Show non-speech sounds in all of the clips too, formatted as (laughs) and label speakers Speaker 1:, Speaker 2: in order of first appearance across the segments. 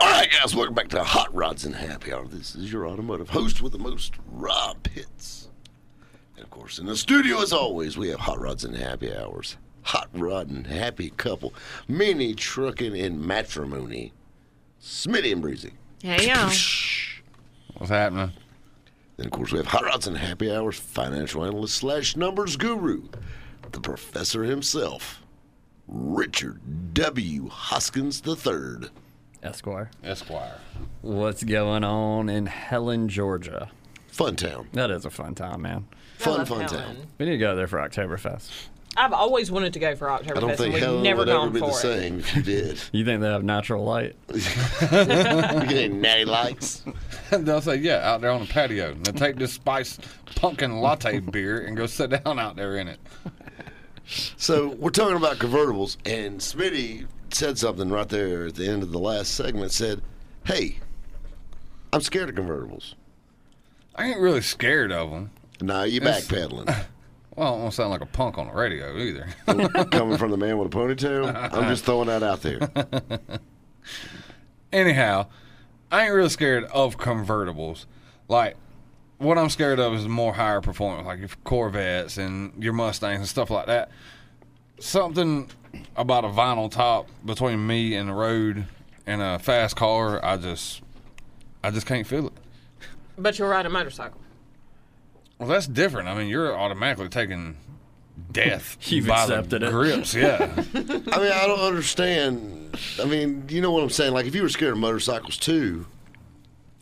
Speaker 1: All right, guys, welcome back to Hot Rods and Happy Hour. This is your automotive host with the most, Rob Pitts. And of course, in the studio, as always, we have Hot Rods and Happy Hours. Hot Rod and Happy Couple. Mini Trucking and Matrimony. Smitty and Breezy.
Speaker 2: Hey, y'all.
Speaker 3: What's happening?
Speaker 1: Then, of course, we have Hot Rods and Happy Hours financial analyst slash numbers guru, the professor himself, Richard W. Hoskins III.
Speaker 4: Esquire.
Speaker 3: Esquire.
Speaker 4: What's going on in Helen, Georgia?
Speaker 1: Fun town.
Speaker 4: That is a fun time, man.
Speaker 1: Fun,
Speaker 2: love
Speaker 1: fun
Speaker 2: Helen.
Speaker 1: town.
Speaker 4: We need to go there for Oktoberfest.
Speaker 2: I've always wanted to go for Oktoberfest.
Speaker 1: I don't think
Speaker 2: and we've
Speaker 1: Helen
Speaker 2: never
Speaker 1: would
Speaker 2: gone
Speaker 1: ever be
Speaker 2: for
Speaker 1: the
Speaker 2: it.
Speaker 1: same if you did. (laughs)
Speaker 4: You think they have natural light?
Speaker 1: you getting natty lights.
Speaker 3: (laughs) They'll say, yeah, out there on the patio. Now take this spiced pumpkin latte beer and go sit down out there in it.
Speaker 1: So we're talking about convertibles, and Smitty said something right there at the end of the last segment. Said, "Hey, I'm scared of convertibles."
Speaker 3: I ain't really scared of them.
Speaker 1: Nah, you backpedaling. (laughs)
Speaker 3: Well, I don't want to sound like a punk on the radio either. (laughs)
Speaker 1: Coming from the man with a ponytail, I'm just throwing that out there.
Speaker 3: Anyhow, I ain't really scared of convertibles. Like, what I'm scared of is more higher performance, like your Corvettes and your Mustangs and stuff like that. Something about a vinyl top between me and the road and a fast car, I just, I just can't feel it.
Speaker 2: But you'll ride a motorcycle.
Speaker 3: Well, that's different. I mean, you're automatically taking death.
Speaker 4: (laughs) You've
Speaker 3: by
Speaker 4: accepted
Speaker 3: the
Speaker 4: it.
Speaker 3: Grips,
Speaker 4: (laughs)
Speaker 3: yeah.
Speaker 1: I mean, I don't understand. I mean, you know what I'm saying? Like, if you were scared of motorcycles too,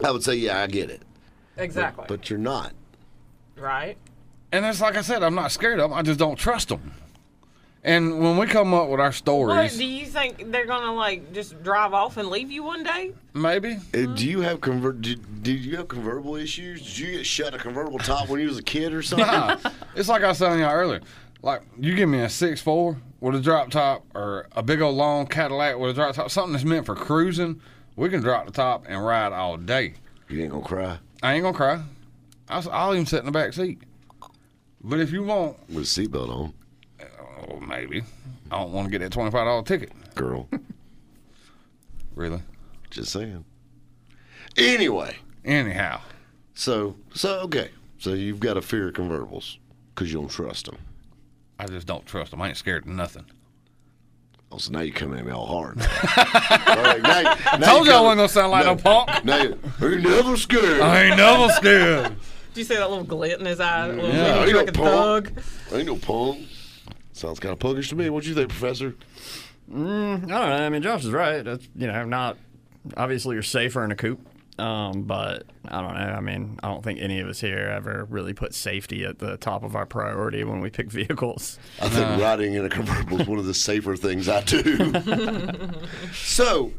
Speaker 1: I would say, yeah, I get it.
Speaker 2: Exactly.
Speaker 1: But you're not.
Speaker 2: right?
Speaker 3: and it's like I said, I'm not scared of them. I just don't trust them. And when we come up with our
Speaker 2: What,
Speaker 3: stories,
Speaker 2: do you think they're gonna like just drive off and leave you one day?
Speaker 3: maybe
Speaker 1: Uh, Do you have convert? Did, did you have convertible issues? Did you get shut a convertible top when you was a kid or something?
Speaker 3: Nah, it's like I was telling y'all earlier. Like you give me a six four with a drop top or a big old long Cadillac with a drop top, something that's meant for cruising, we can drop the top and ride all day.
Speaker 1: (laughs) You ain't gonna cry
Speaker 3: I ain't gonna cry. I s- I'll even sit in the back seat. But if you want,
Speaker 1: with a seatbelt on,
Speaker 3: oh, maybe I don't want to get that twenty five dollar ticket.
Speaker 1: girl.
Speaker 3: Really?
Speaker 1: Just saying. Anyway,
Speaker 3: Anyhow,
Speaker 1: so so okay, so you've got a fear of convertibles because you don't trust them.
Speaker 3: I just don't trust them. I ain't scared of nothing.
Speaker 1: Oh, so now you're coming at me all hard.
Speaker 3: (laughs)
Speaker 1: all right, now, now
Speaker 3: Told
Speaker 1: you
Speaker 3: y'all I wasn't gonna sound like no, punk. Uh,
Speaker 1: Now you, are you never scared?
Speaker 3: I ain't never scared.
Speaker 2: Do you see that little glint in his eye? That little
Speaker 3: Yeah.
Speaker 2: mini
Speaker 1: Ain't no
Speaker 2: trucking
Speaker 1: punk.
Speaker 2: thug.
Speaker 1: Ain't no punk. Sounds kind of punkish to me. What you think, Professor?
Speaker 4: I don't know. I mean, Josh is right. It's, you know, not obviously you're safer in a coupe. Um, but I don't know. I mean, I don't think any of us here ever really put safety at the top of our priority when we pick (laughs) vehicles.
Speaker 1: I think riding in a convertible is one of the safer things I (laughs) do. so,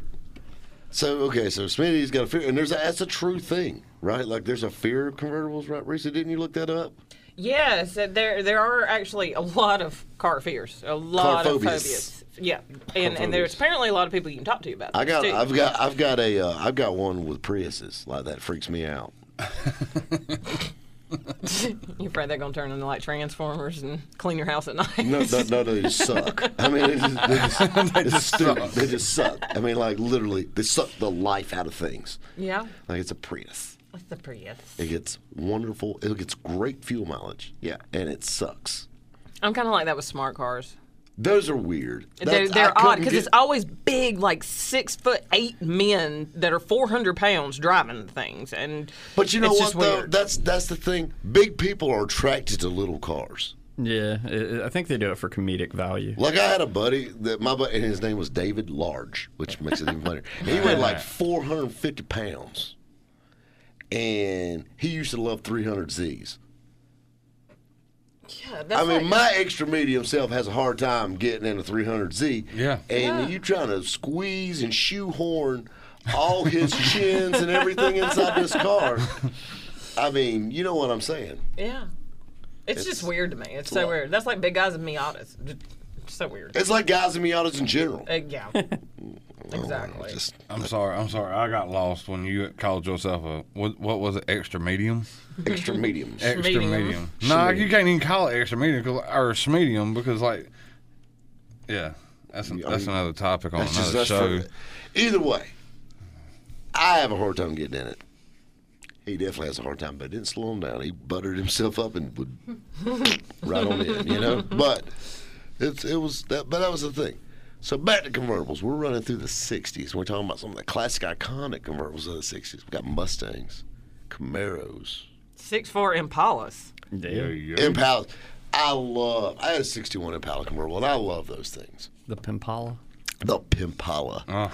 Speaker 1: so okay, so Smitty's got a fear, and there's a, that's a true thing, right? Like there's a fear of convertibles, right? Reese, didn't you look that up?
Speaker 2: Yes, uh, there there are actually a lot of car fears, a lot of
Speaker 1: phobias.
Speaker 2: phobias. Yeah, and and there's
Speaker 1: phobias.
Speaker 2: apparently a lot of people you can talk to about.
Speaker 1: I
Speaker 2: this,
Speaker 1: got,
Speaker 2: too.
Speaker 1: I've got, I've got a, uh, I've got one with Priuses. Like that freaks me out.
Speaker 2: You afraid they're gonna turn into like transformers and clean your house at (laughs) night?
Speaker 1: No, no, no, they just suck. I mean, they just, they just, (laughs) they just suck. They just suck. I mean, like literally, they suck the life out of things.
Speaker 2: Yeah,
Speaker 1: Like it's a Prius.
Speaker 2: it's the Prius.
Speaker 1: It gets wonderful. It gets great fuel mileage. Yeah, and it sucks.
Speaker 2: I'm kind of like that with smart cars.
Speaker 1: Those are weird.
Speaker 2: they're
Speaker 1: That's- I
Speaker 2: they're odd
Speaker 1: couldn't
Speaker 2: because
Speaker 1: get-
Speaker 2: it's always big, like six foot eight men that are 400 pounds driving things, and
Speaker 1: But you know
Speaker 2: it's
Speaker 1: what
Speaker 2: just
Speaker 1: though?
Speaker 2: weird.
Speaker 1: That's that's the thing. Big people are attracted to little cars.
Speaker 4: Yeah, I I think they do it for comedic value.
Speaker 1: Like I had a buddy that my buddy, and his name was David Large, which makes it even funnier. And he weighed like 450 pounds, and he used to love 300 Z's.
Speaker 2: Yeah, that's
Speaker 1: I mean,
Speaker 2: like-
Speaker 1: my extra medium self has a hard time getting in a 300Z.
Speaker 3: Yeah.
Speaker 1: and you trying to squeeze and shoehorn
Speaker 2: (laughs)
Speaker 1: all his chins and everything inside this car. I mean, you know what I'm saying.
Speaker 2: Yeah. It's, just weird to me. It's
Speaker 1: lot.
Speaker 2: so weird. That's like big guys and Miatas. Just- It's so weird.
Speaker 1: It's like guys and Miatas in general. Oh,
Speaker 2: Uh,
Speaker 1: (laughs)
Speaker 2: yeah. exactly.
Speaker 1: Just
Speaker 3: I'm sorry. I'm sorry. I got lost when you called yourself a what? What was it? Extra medium.
Speaker 1: extra medium.
Speaker 3: Extra medium.
Speaker 2: Medium.
Speaker 3: No, nah, you can't even call it extra medium 'cause- or smedium because like, yeah, that's an, that's another topic on
Speaker 1: That's just
Speaker 3: another
Speaker 1: that's
Speaker 3: show.
Speaker 1: for, either way. I have a hard time getting in it. He definitely has a hard time, but it didn't slow him down. He buttered himself up and would (laughs) right on in, you know. But it's it was that, but that was the thing. So back to convertibles. We're running through the '60s. We're talking about some of the classic, iconic convertibles of the '60s. We got Mustangs, Camaros,
Speaker 2: Six four Impalas.
Speaker 3: Yeah,
Speaker 4: Dude,
Speaker 3: yeah.
Speaker 1: Impalas. I love. I had a '61 Impala convertible, and I love those things.
Speaker 4: the Pimpala.
Speaker 1: The Pimpala.
Speaker 3: Oh.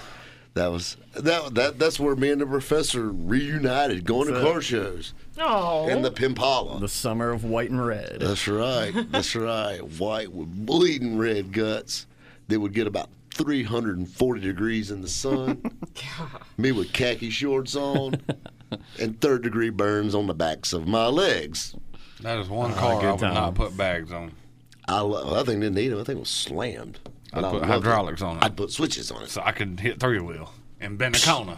Speaker 1: That was that, that. That's where me and the professor reunited, going to car shows in
Speaker 2: Oh.
Speaker 1: the Pimpala.
Speaker 4: The summer of white and red.
Speaker 1: (laughs) That's right. That's right. White with bleeding red guts. They would get about 340 degrees in the
Speaker 3: (laughs)
Speaker 1: sun. me with khaki shorts on, and third degree burns on the backs of my legs.
Speaker 3: That is one car
Speaker 4: good
Speaker 3: I would not
Speaker 4: times.
Speaker 3: put bags on.
Speaker 1: I love. I think didn't need them. I think it was slammed.
Speaker 3: I'd
Speaker 1: But I
Speaker 3: put
Speaker 1: loved it.
Speaker 3: hydraulics on it.
Speaker 1: I'd put switches on it.
Speaker 3: so I could hit three wheel and bend a corner.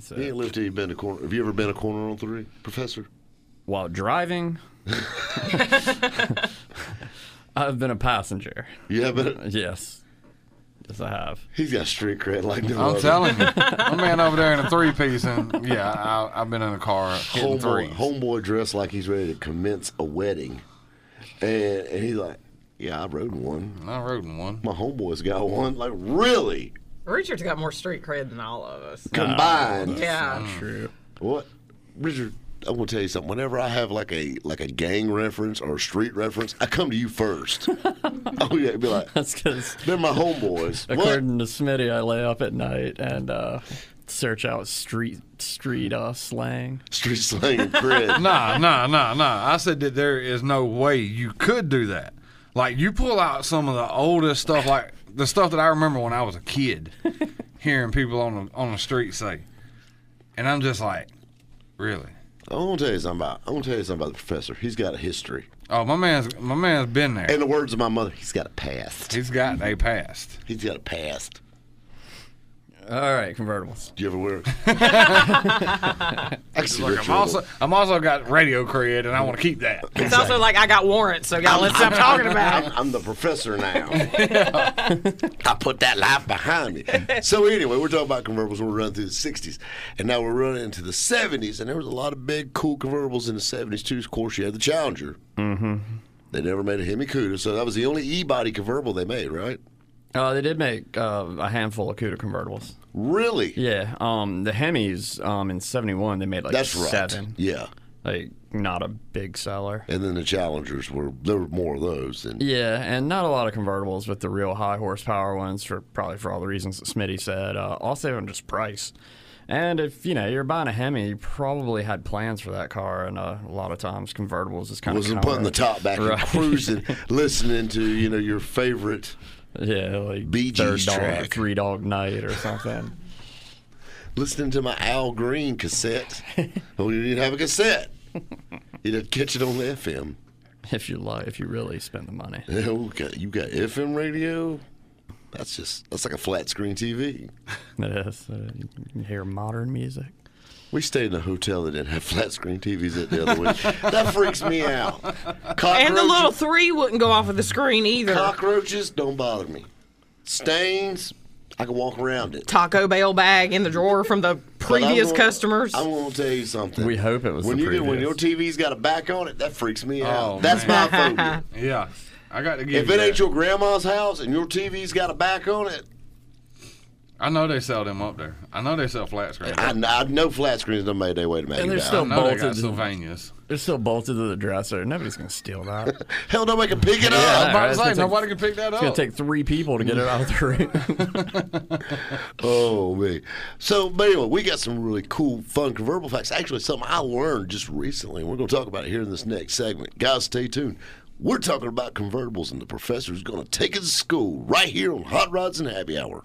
Speaker 4: So,
Speaker 1: You ain't lived till you've been a corner. Have you ever been a corner on three, Professor?
Speaker 4: While (laughs) driving, I've been a passenger.
Speaker 1: You have been.
Speaker 4: Yes. Yes, I have.
Speaker 1: He's got street cred like no
Speaker 3: I'm
Speaker 1: other.
Speaker 3: telling (laughs) you, my man over there in a three piece, and yeah, I, I've been in a car hitting
Speaker 1: homeboy,
Speaker 3: threes.
Speaker 1: homeboy dressed like he's ready to commence a wedding, and, and he's like, "Yeah, I rode in one.
Speaker 3: And I rode in one.
Speaker 1: My homeboy's got one. Like, really?
Speaker 2: Richard's got more street cred than all of us.
Speaker 1: Combined?
Speaker 2: Yeah.
Speaker 4: True.
Speaker 1: What, Richard? I'm gonna tell you something. Whenever I have like a like a gang reference or a street reference, I come to you
Speaker 3: (laughs)
Speaker 1: first. (laughs) oh yeah, be like,
Speaker 4: That's because,
Speaker 1: they're my homeboys. What?
Speaker 4: according to Smitty, I lay up at night and uh, search out street street uh, slang.
Speaker 1: Street slang and cred. (laughs)
Speaker 3: Nah, nah, nah, nah. I said that there is no way you could do that. Like you pull out some of the oldest stuff, like the stuff that I remember when I was a (laughs) kid, hearing people on the on the street say, and I'm just like, really?
Speaker 1: I'm gonna tell you something about. I'm gonna tell you something about the professor. He's got a history.
Speaker 3: Oh, my man's my man's been there.
Speaker 1: In the words of my mother, he's got a past.
Speaker 3: He's got a past.
Speaker 1: He's got a past.
Speaker 4: All right, convertibles.
Speaker 1: Do you ever wear?
Speaker 4: (laughs)
Speaker 1: Actually,
Speaker 3: Look, I'm also I'm also got radio cred, and I want to keep that.
Speaker 2: It's also like I got warrants, so y'all let's stop talking about
Speaker 1: I'm,
Speaker 2: it.
Speaker 1: I'm the professor
Speaker 4: (laughs)
Speaker 1: now. I put that life behind me. So anyway, we're talking about convertibles. We're running through the '60s, and now we're running into the '70s. And there was a lot of big, cool convertibles in the '70s too. Of course, you had the Challenger. Mm-hmm. They never made a Hemi Cuda, so that was the only e-body convertible they made, right?
Speaker 4: Uh, they did make uh, a handful of CUDA convertibles.
Speaker 1: Really?
Speaker 4: Yeah, um, the Hemis um, in '71 they made like
Speaker 1: That's right.
Speaker 4: seven.
Speaker 1: Yeah.
Speaker 4: Like not a big seller.
Speaker 1: And then the Challengers were there were more of those than
Speaker 4: Yeah, and not a lot of convertibles, but the real high horsepower ones for probably for all the reasons that Smitty said. Uh, also, on just price. And if you know you're buying a Hemi, you probably had plans for that car, and uh, a lot of times convertibles is kind
Speaker 1: wasn't
Speaker 4: of
Speaker 1: putting the top back
Speaker 4: Right.
Speaker 2: (laughs)
Speaker 1: and cruising, listening to you know your favorite.
Speaker 4: Yeah, like
Speaker 1: Bee
Speaker 4: third
Speaker 1: Gees
Speaker 4: dog,
Speaker 1: track.
Speaker 4: three dog night or something. (laughs)
Speaker 1: listening to my Al
Speaker 2: (laughs)
Speaker 1: Green cassette. oh, you didn't have a cassette. You didn't catch it on the FM.
Speaker 4: if you like, if you really spend the money.
Speaker 1: You got, oh, you got FM radio. That's just that's like a flat screen TV.
Speaker 4: It is. Uh, you can hear modern music.
Speaker 1: We stayed in a hotel that didn't have flat screen TVs at the other week. That freaks me out. Cockroaches,
Speaker 2: And the little three wouldn't go off of the screen either.
Speaker 1: cockroaches don't bother me. Stains, I can walk around it.
Speaker 2: Taco Bell bag in the drawer from the
Speaker 1: But I'm
Speaker 2: previous
Speaker 1: gonna-
Speaker 2: customers.
Speaker 1: I'm gonna tell you something.
Speaker 4: We hope it was
Speaker 1: when
Speaker 4: the
Speaker 1: you get, when
Speaker 4: previous.
Speaker 1: your TV's got a back on it. That freaks me
Speaker 3: Oh,
Speaker 1: out.
Speaker 2: (laughs)
Speaker 1: That's
Speaker 3: man.
Speaker 1: my phobia.
Speaker 4: (laughs)
Speaker 3: Yeah, I got to give.
Speaker 1: If
Speaker 3: you
Speaker 1: it
Speaker 3: that.
Speaker 1: ain't your grandma's house and your TV's got a back on it,
Speaker 3: I know they sell them up there. I know they sell flat screen.
Speaker 1: I, I know flat screens done made their way to make
Speaker 4: And they're
Speaker 3: I
Speaker 4: still-
Speaker 3: know they got
Speaker 4: Bolted.
Speaker 3: Sylvanias.
Speaker 4: They're still bolted to the dresser. Nobody's gonna steal that. It's
Speaker 1: Hell, nobody can pick it
Speaker 3: I was
Speaker 1: up.
Speaker 3: about
Speaker 4: right,
Speaker 3: to
Speaker 4: it's
Speaker 3: say,
Speaker 4: gonna take-
Speaker 3: nobody can pick that
Speaker 4: gonna
Speaker 3: up.
Speaker 4: take three people to get it out of the (laughs) room.
Speaker 1: Oh me. So, but anyway, we got some really cool, fun convertible facts. Actually, something I learned just recently, and we're going to talk about it here in this next segment. Guys, stay tuned. We're talking about convertibles, and the professor's going to take us to school right here on Hot Rods and Happy Hour.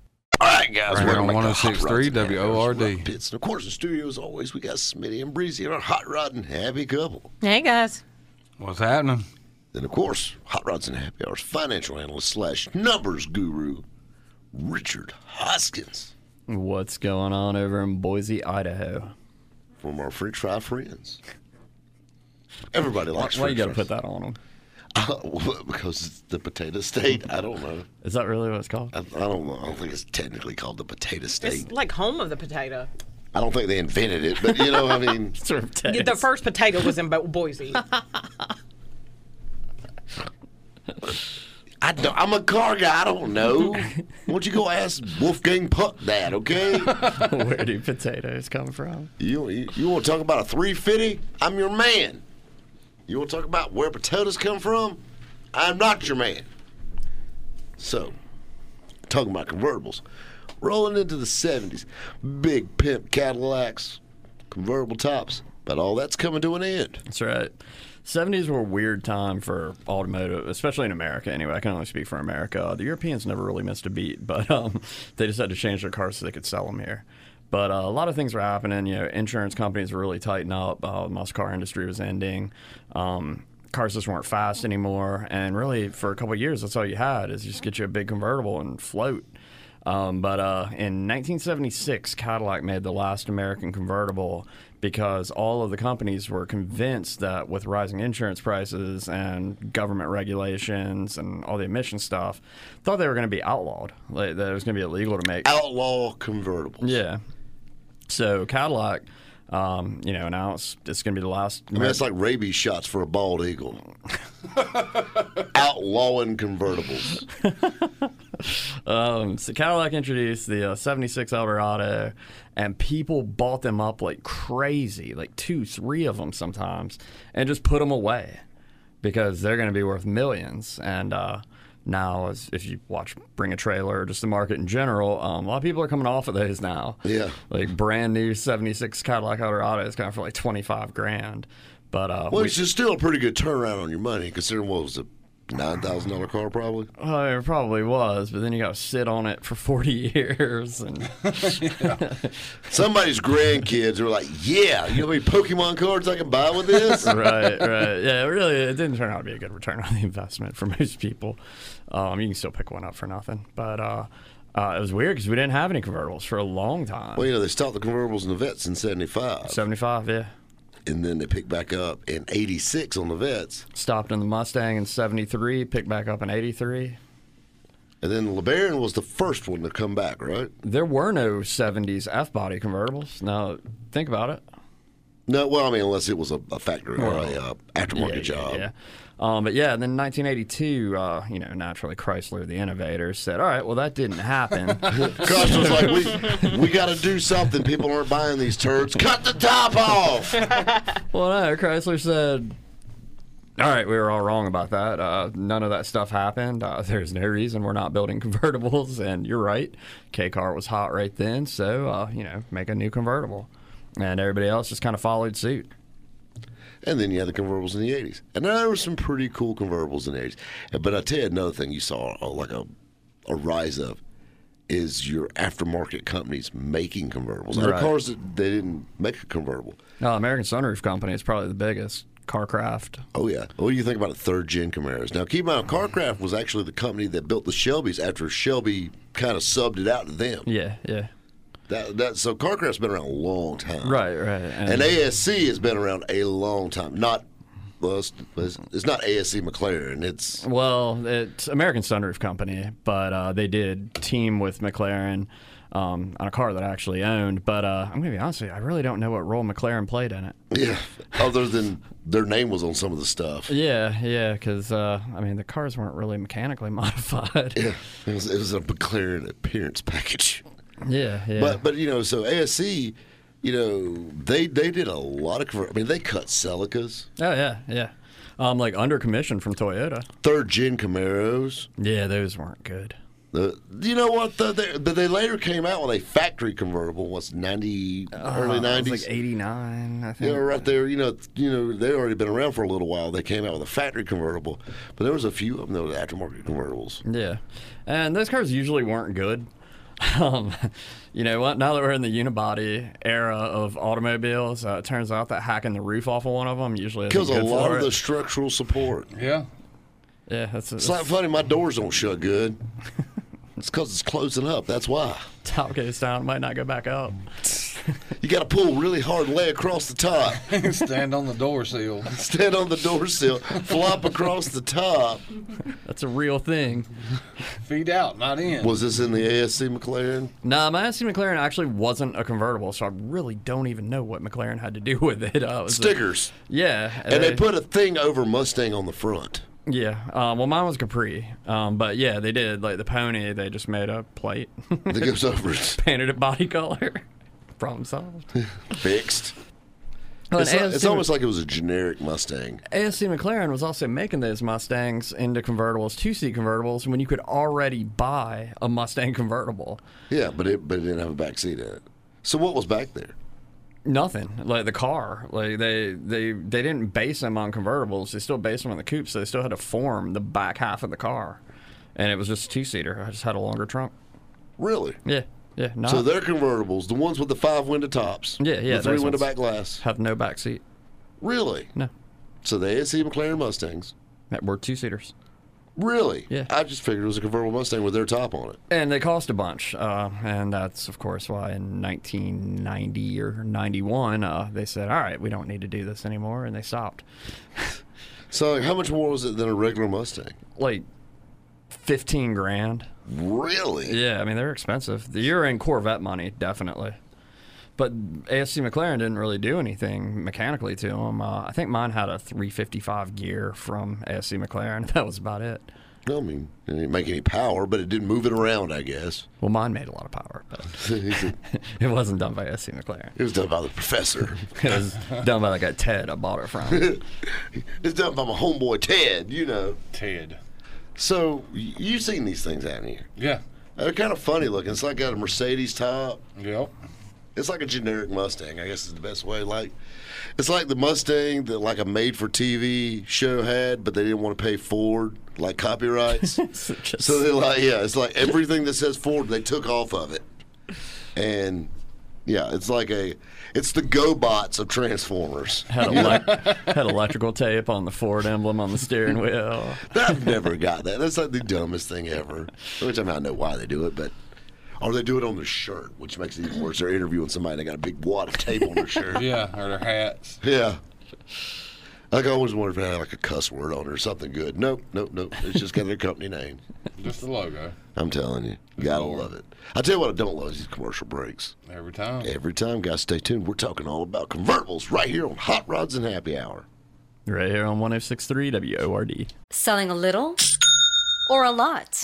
Speaker 1: All right, guys.
Speaker 3: Right here
Speaker 1: welcome
Speaker 3: on
Speaker 1: back to Hot
Speaker 3: 106.3
Speaker 1: Rods and Happy Hours,
Speaker 3: WORD.
Speaker 1: Rob Pitts. And of course, in the studio, as always, we got Smitty and Breezy, our hot rod and happy couple.
Speaker 2: Hey guys.
Speaker 3: What's happening?
Speaker 1: Then, of course, Hot Rods and Happy Hours financial analyst slash numbers guru, Richard Hoskins
Speaker 4: What's going on over in Boise, Idaho?
Speaker 1: from our French Fry Friends. Everybody likes
Speaker 4: Why you got to
Speaker 1: French
Speaker 4: put that on them?
Speaker 1: (laughs) that? because it's the potato state. I don't know.
Speaker 4: Is that really what it's called?
Speaker 1: I, I don't know. I don't think it's technically called the potato state.
Speaker 2: It's like home of the potato.
Speaker 1: I don't think they invented it, but you know, I mean,
Speaker 4: Sort of
Speaker 2: Yeah,
Speaker 4: taste.
Speaker 2: The first potato was in Bo- (laughs) Boise.
Speaker 1: I don't, I'm a car guy. I don't know. Why don't you go ask Wolfgang Puck that, okay?
Speaker 4: (laughs) Where do potatoes come from?
Speaker 1: you, you, you want to talk about a 350? I'm your man. You want to talk about where potatoes come from? I'm not your man. So, talking about convertibles, rolling into the 70s, big pimp Cadillacs, convertible tops, but all that's coming to an end.
Speaker 4: That's right. 70s were a weird time for automotive, especially in America anyway. I can only speak for America. Uh, The Europeans never really missed a beat, (laughs) but um, they just had to change their cars so they could sell them here. But uh, a lot of things were happening. You know, insurance companies were really tightening up. Uh, most car industry was ending. Um, cars just weren't fast anymore. And really, for a couple of years, that's all you had is just get you a big convertible and float. Um, but uh, in 1976, Cadillac made the last American convertible because all of the companies were convinced that with rising insurance prices and government regulations and all the emission stuff, thought they were going to be outlawed. Like, that it was going to be illegal to make.
Speaker 1: Outlaw convertibles.
Speaker 4: Yeah. So Cadillac, um, you know, announced it's going to be the last.
Speaker 1: I mean, that's like rabies shots for a bald
Speaker 4: (laughs)
Speaker 1: eagle. Outlawing convertibles.
Speaker 4: Um, so Cadillac introduced the uh, 76 Eldorado, and people bought them up like crazy, like two, three of them sometimes, and just put them away because they're going to be worth millions. And uh, now, as, if you watch Bring a Trailer, or just the market in general, um, a lot of people are coming off of those now.
Speaker 1: Yeah.
Speaker 4: Like brand new 76 Cadillac Eldorado is going for like 25 grand. But uh,
Speaker 1: Well,
Speaker 4: we-
Speaker 1: it's just still a pretty good turnaround on your money, considering what was a nine thousand dollar car, probably.
Speaker 4: Well, oh, it probably was, but then you got to sit on it for 40 (laughs) years. And
Speaker 1: Somebody's grandkids were like, "Yeah, you know how many Pokemon cards I can buy with this?"
Speaker 4: (laughs) right, right. Yeah, it really, it didn't turn out to be a good return on the investment for (laughs) most people. Um, you can still pick one up for nothing, but uh, uh, it was weird because we didn't have any convertibles for a long time.
Speaker 1: Well, you know, they stopped the convertibles and the vets in '75,
Speaker 4: Seventy-five, yeah.
Speaker 1: and then they picked back up in '86 on the vets,
Speaker 4: Stopped in the Mustang in '73, picked back up in '83.
Speaker 1: and then LeBaron was the first one to come back, right?
Speaker 4: There were no '70s F-body convertibles. Now think about it.
Speaker 1: No, well, I mean, unless it was a, a factory or a uh, aftermarket job.
Speaker 4: Yeah. Um, but yeah, and then 1982, uh, you know, naturally Chrysler, the innovators, said, "All right, well, that
Speaker 1: (laughs)
Speaker 4: didn't happen."
Speaker 1: Costa was like, we, we got to do something. People aren't buying these turds. Cut the top off.
Speaker 4: Well, no, Chrysler said, all right, we were all wrong about that. Uh, none of that stuff happened. Uh, (laughs) there's no reason we're not building (laughs) convertibles. And you're right. K Car was hot right then. So, uh, you know, make a new convertible. And everybody else just kind of followed suit.
Speaker 1: And then you had the convertibles in the 80s. And there were some pretty cool convertibles in the 80s. But I tell you another thing you saw uh, like a, a rise of is your aftermarket companies making convertibles. There are
Speaker 4: Right.
Speaker 1: cars that they didn't make a convertible.
Speaker 4: Uh, American Sunroof Company is probably the biggest car craft.
Speaker 1: Oh, yeah. What do you think about a third gen Camaros? Now, keep in mind, Carcraft was actually the company that built the Shelby's after Shelby kind of subbed it out to them.
Speaker 4: Yeah, yeah.
Speaker 1: That, that, so, Carcraft's been around a long time.
Speaker 4: Right, right. And,
Speaker 1: And ASC has been around a long time. Not well, it's, it's not ASC McLaren. It's
Speaker 4: Well, it's American Sunroof Company, but uh, they did team with McLaren um, on a car that I actually owned. But uh, I'm going to be honest with you, I really don't know what role McLaren played in it.
Speaker 1: yeah. Other than their name was on some of the stuff.
Speaker 4: Yeah, yeah, because uh, I mean the cars weren't really mechanically (laughs) modified.
Speaker 1: Yeah, it was, it was a McLaren appearance package.
Speaker 4: Yeah, yeah.
Speaker 1: But but you know, so ASC, you know, they they did a lot of. convert- I mean, they cut Celicas,
Speaker 4: oh yeah, yeah. Um, like under commission from Toyota.
Speaker 1: third gen Camaros.
Speaker 4: Yeah, those weren't good.
Speaker 1: The, you know what? The, they, but they later came out with a factory convertible. Was ninety early
Speaker 4: Uh, it was
Speaker 1: nineties?
Speaker 4: like eighty nine. I think.
Speaker 1: you know, right there. You know, you know, they already been around for a little while. They came out with a factory convertible, but there was a few of them that were aftermarket convertibles.
Speaker 4: Yeah, and those cars usually weren't good. (laughs) Um, you know what? Now that we're in the unibody era of automobiles, uh, it turns out that hacking the roof off of one of them usually isn't
Speaker 1: Kills a
Speaker 4: good
Speaker 1: lot
Speaker 4: for
Speaker 1: of
Speaker 4: it.
Speaker 1: the structural support.
Speaker 3: Yeah.
Speaker 4: yeah, that's,
Speaker 1: It's not
Speaker 4: that's
Speaker 1: funny. My doors don't shut (laughs) good. It's because it's closing up. That's why.
Speaker 4: (laughs) top goes down, it might not go back up.
Speaker 1: You got to pull really hard, lay across the top, (laughs)
Speaker 3: (laughs) Stand on the door seal.
Speaker 1: stand on the door sill, flop across the top.
Speaker 4: That's a real thing.
Speaker 3: Feet out, not in.
Speaker 1: Was this in the ASC McLaren?
Speaker 4: Nah, my SC McLaren actually wasn't a convertible, so I really don't even know what McLaren had to do (laughs) with it. Uh, it was a-
Speaker 1: Stickers.
Speaker 4: yeah,
Speaker 1: And they put a thing over Mustang on the front.
Speaker 4: yeah. Uh, well, mine was Capri, um, but yeah, they did like the pony. They just made a plate, (laughs)
Speaker 1: that goes over it.
Speaker 4: painted it body color. (laughs) Problem solved.
Speaker 1: (laughs) Fixed.
Speaker 4: Well,
Speaker 1: It's,
Speaker 4: and
Speaker 1: it's
Speaker 4: ASC
Speaker 1: almost like it was a generic Mustang.
Speaker 4: ASC McLaren was also making those Mustangs into convertibles, two seat convertibles, when you could already buy a Mustang convertible.
Speaker 1: Yeah, but it but it didn't have a back seat in it. So what was back there?
Speaker 4: Nothing like the car. Like they they they didn't base them on convertibles. They still based them on the coupe, so they still had to form the back half of the car, and it was just two seater. I just had a longer trunk.
Speaker 1: Really?
Speaker 4: Yeah, yeah. No,
Speaker 1: So they're convertibles, the ones with the five window tops.
Speaker 4: Yeah, yeah,
Speaker 1: The three
Speaker 4: those
Speaker 1: window
Speaker 4: ones.
Speaker 1: back glass.
Speaker 4: have no back seat.
Speaker 1: Really?
Speaker 4: No,
Speaker 1: So the ASC McLaren Mustangs.
Speaker 4: that were two seaters,
Speaker 1: Really?
Speaker 4: Yeah.
Speaker 1: I just figured it was a convertible Mustang with their top on it.
Speaker 4: and they cost a bunch. Uh, and that's of course why in 1990 or 91 uh, they said, "All right, we don't need to do this anymore," and they stopped.
Speaker 1: So like, how much more was it than a regular Mustang?
Speaker 4: Like 15 grand.
Speaker 1: Really?
Speaker 4: Yeah, I mean they're expensive. You're in Corvette money, definitely. But ASC McLaren didn't really do anything mechanically to them. Uh, I think mine had a 355 gear from ASC McLaren. (laughs) That was about it.
Speaker 1: I mean, it didn't make any power, but it didn't move it around, I guess. (laughs)
Speaker 4: Well, mine made a lot of power, but (laughs)
Speaker 1: He said,
Speaker 4: it wasn't done by ASC McLaren.
Speaker 1: it was done by the professor. (laughs)
Speaker 4: It was done by like a Ted I bought it from.
Speaker 1: It's done by my homeboy Ted, you know.
Speaker 3: Ted.
Speaker 1: So y- you've seen these things out here.
Speaker 3: Yeah.
Speaker 1: They're kind of funny looking. It's like got a Mercedes top.
Speaker 3: Yep.
Speaker 1: It's like a generic Mustang, I guess is the best way. Like, it's like the Mustang that like a made-for-TV show had, but they didn't want to pay Ford like
Speaker 4: (laughs)
Speaker 1: copyrights.
Speaker 4: Just-
Speaker 1: so they're like, yeah, it's like everything that says Ford, they took off of it, and yeah, it's like a, it's the GoBots of Transformers.
Speaker 4: had, elec- (laughs) had electrical tape on the Ford emblem on the steering wheel.
Speaker 1: I've never got that. That's like the dumbest thing ever. Which I mean, I know why they do it, but or they do it on their shirt, which makes it even worse. They're interviewing somebody, they got a big wad of tape on their shirt.
Speaker 3: Yeah. Or their hats.
Speaker 1: yeah. Like I always wondered if they had like a cuss word on it or something good. Nope, nope, nope. It's just got their company name.
Speaker 3: Just the logo.
Speaker 1: I'm telling you, gotta
Speaker 3: Lord.
Speaker 1: love it. I tell you what, I don't love is these commercial breaks.
Speaker 3: Every time.
Speaker 1: Every time, guys, stay tuned. We're talking all about convertibles right here on Hot Rods and Happy Hour.
Speaker 4: Right here on 1063 WORD.
Speaker 5: Selling a little or a lot?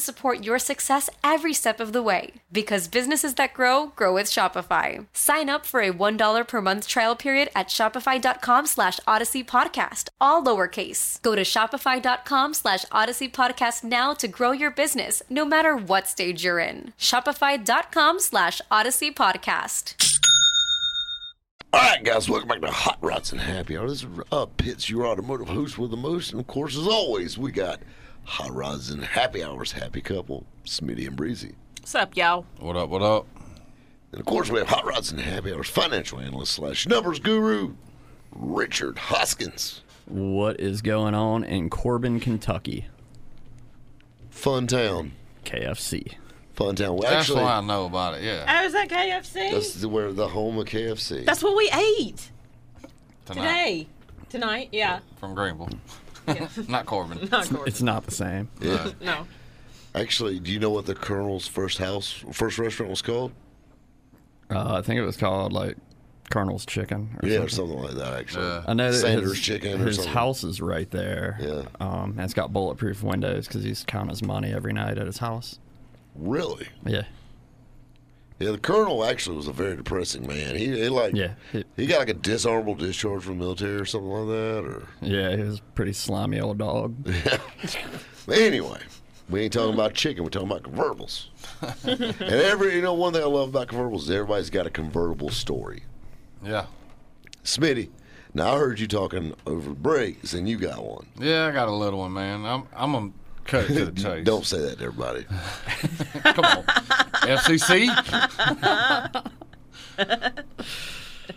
Speaker 5: support your success every step of the way. Because businesses that grow, grow with Shopify. Sign up for a $1 per month trial period at shopify.com slash odyssey podcast, all lowercase. Go to shopify.com slash Odyssey Podcast now to grow your business, no matter what stage you're in. Shopify.com slash Odyssey Podcast.
Speaker 1: All right, guys, welcome back to Hot Rods and Happy Hour. This is Rob Pitts, your automotive host with the most. And of course, as always, we got Hot Rods and Happy Hours, happy couple, Smitty and Breezy.
Speaker 2: What's up, y'all?
Speaker 3: What up? What up?
Speaker 1: And of course, we have Hot Rods and Happy Hours financial analyst slash numbers guru, Richard Hoskins.
Speaker 4: What is going on in Corbin, Kentucky?
Speaker 1: Fun town.
Speaker 4: KFC.
Speaker 1: Fun town. Well,
Speaker 3: That's
Speaker 1: actually,
Speaker 3: what I know about it. Yeah.
Speaker 2: Oh, is that KFC?
Speaker 1: that's the- where the home of KFC.
Speaker 2: That's what we ate
Speaker 3: Tonight
Speaker 2: today. Tonight,
Speaker 1: (laughs)
Speaker 2: yeah.
Speaker 3: from Greenville, (laughs) not Corbin.
Speaker 2: Not Corbin.
Speaker 4: It's not the same.
Speaker 1: Yeah.
Speaker 2: No.
Speaker 1: Actually, do you know what the Colonel's first house, first restaurant was called?
Speaker 4: Uh, I think it was called like Colonel's Chicken or
Speaker 1: Yeah, or
Speaker 4: something.
Speaker 1: something like that, actually.
Speaker 3: Yeah.
Speaker 4: I know that
Speaker 1: Sanders
Speaker 4: his,
Speaker 1: Chicken or
Speaker 4: his
Speaker 1: something.
Speaker 4: house is right there.
Speaker 1: Yeah.
Speaker 4: Um, and it's got bulletproof windows because he's counting his money every night at his house.
Speaker 1: Really?
Speaker 4: Yeah.
Speaker 1: Yeah, the colonel actually was a very depressing man. He, he like
Speaker 4: Yeah. He,
Speaker 1: he got like a dishonorable discharge from the military or something like that. Or
Speaker 4: yeah, he was a pretty slimy old dog.
Speaker 1: But anyway, we ain't talking about chicken. We're talking about
Speaker 2: (laughs)
Speaker 1: convertibles. and every you know one thing I love about convertibles is everybody's got a convertible story.
Speaker 3: Yeah.
Speaker 1: Smitty, now I heard you talking over the breaks, and you got one.
Speaker 3: Yeah, I got a little one, man. I'm I'm gonna cut it to the
Speaker 1: (laughs)
Speaker 3: chase.
Speaker 1: Don't say that to everybody.
Speaker 3: Come on. FCC.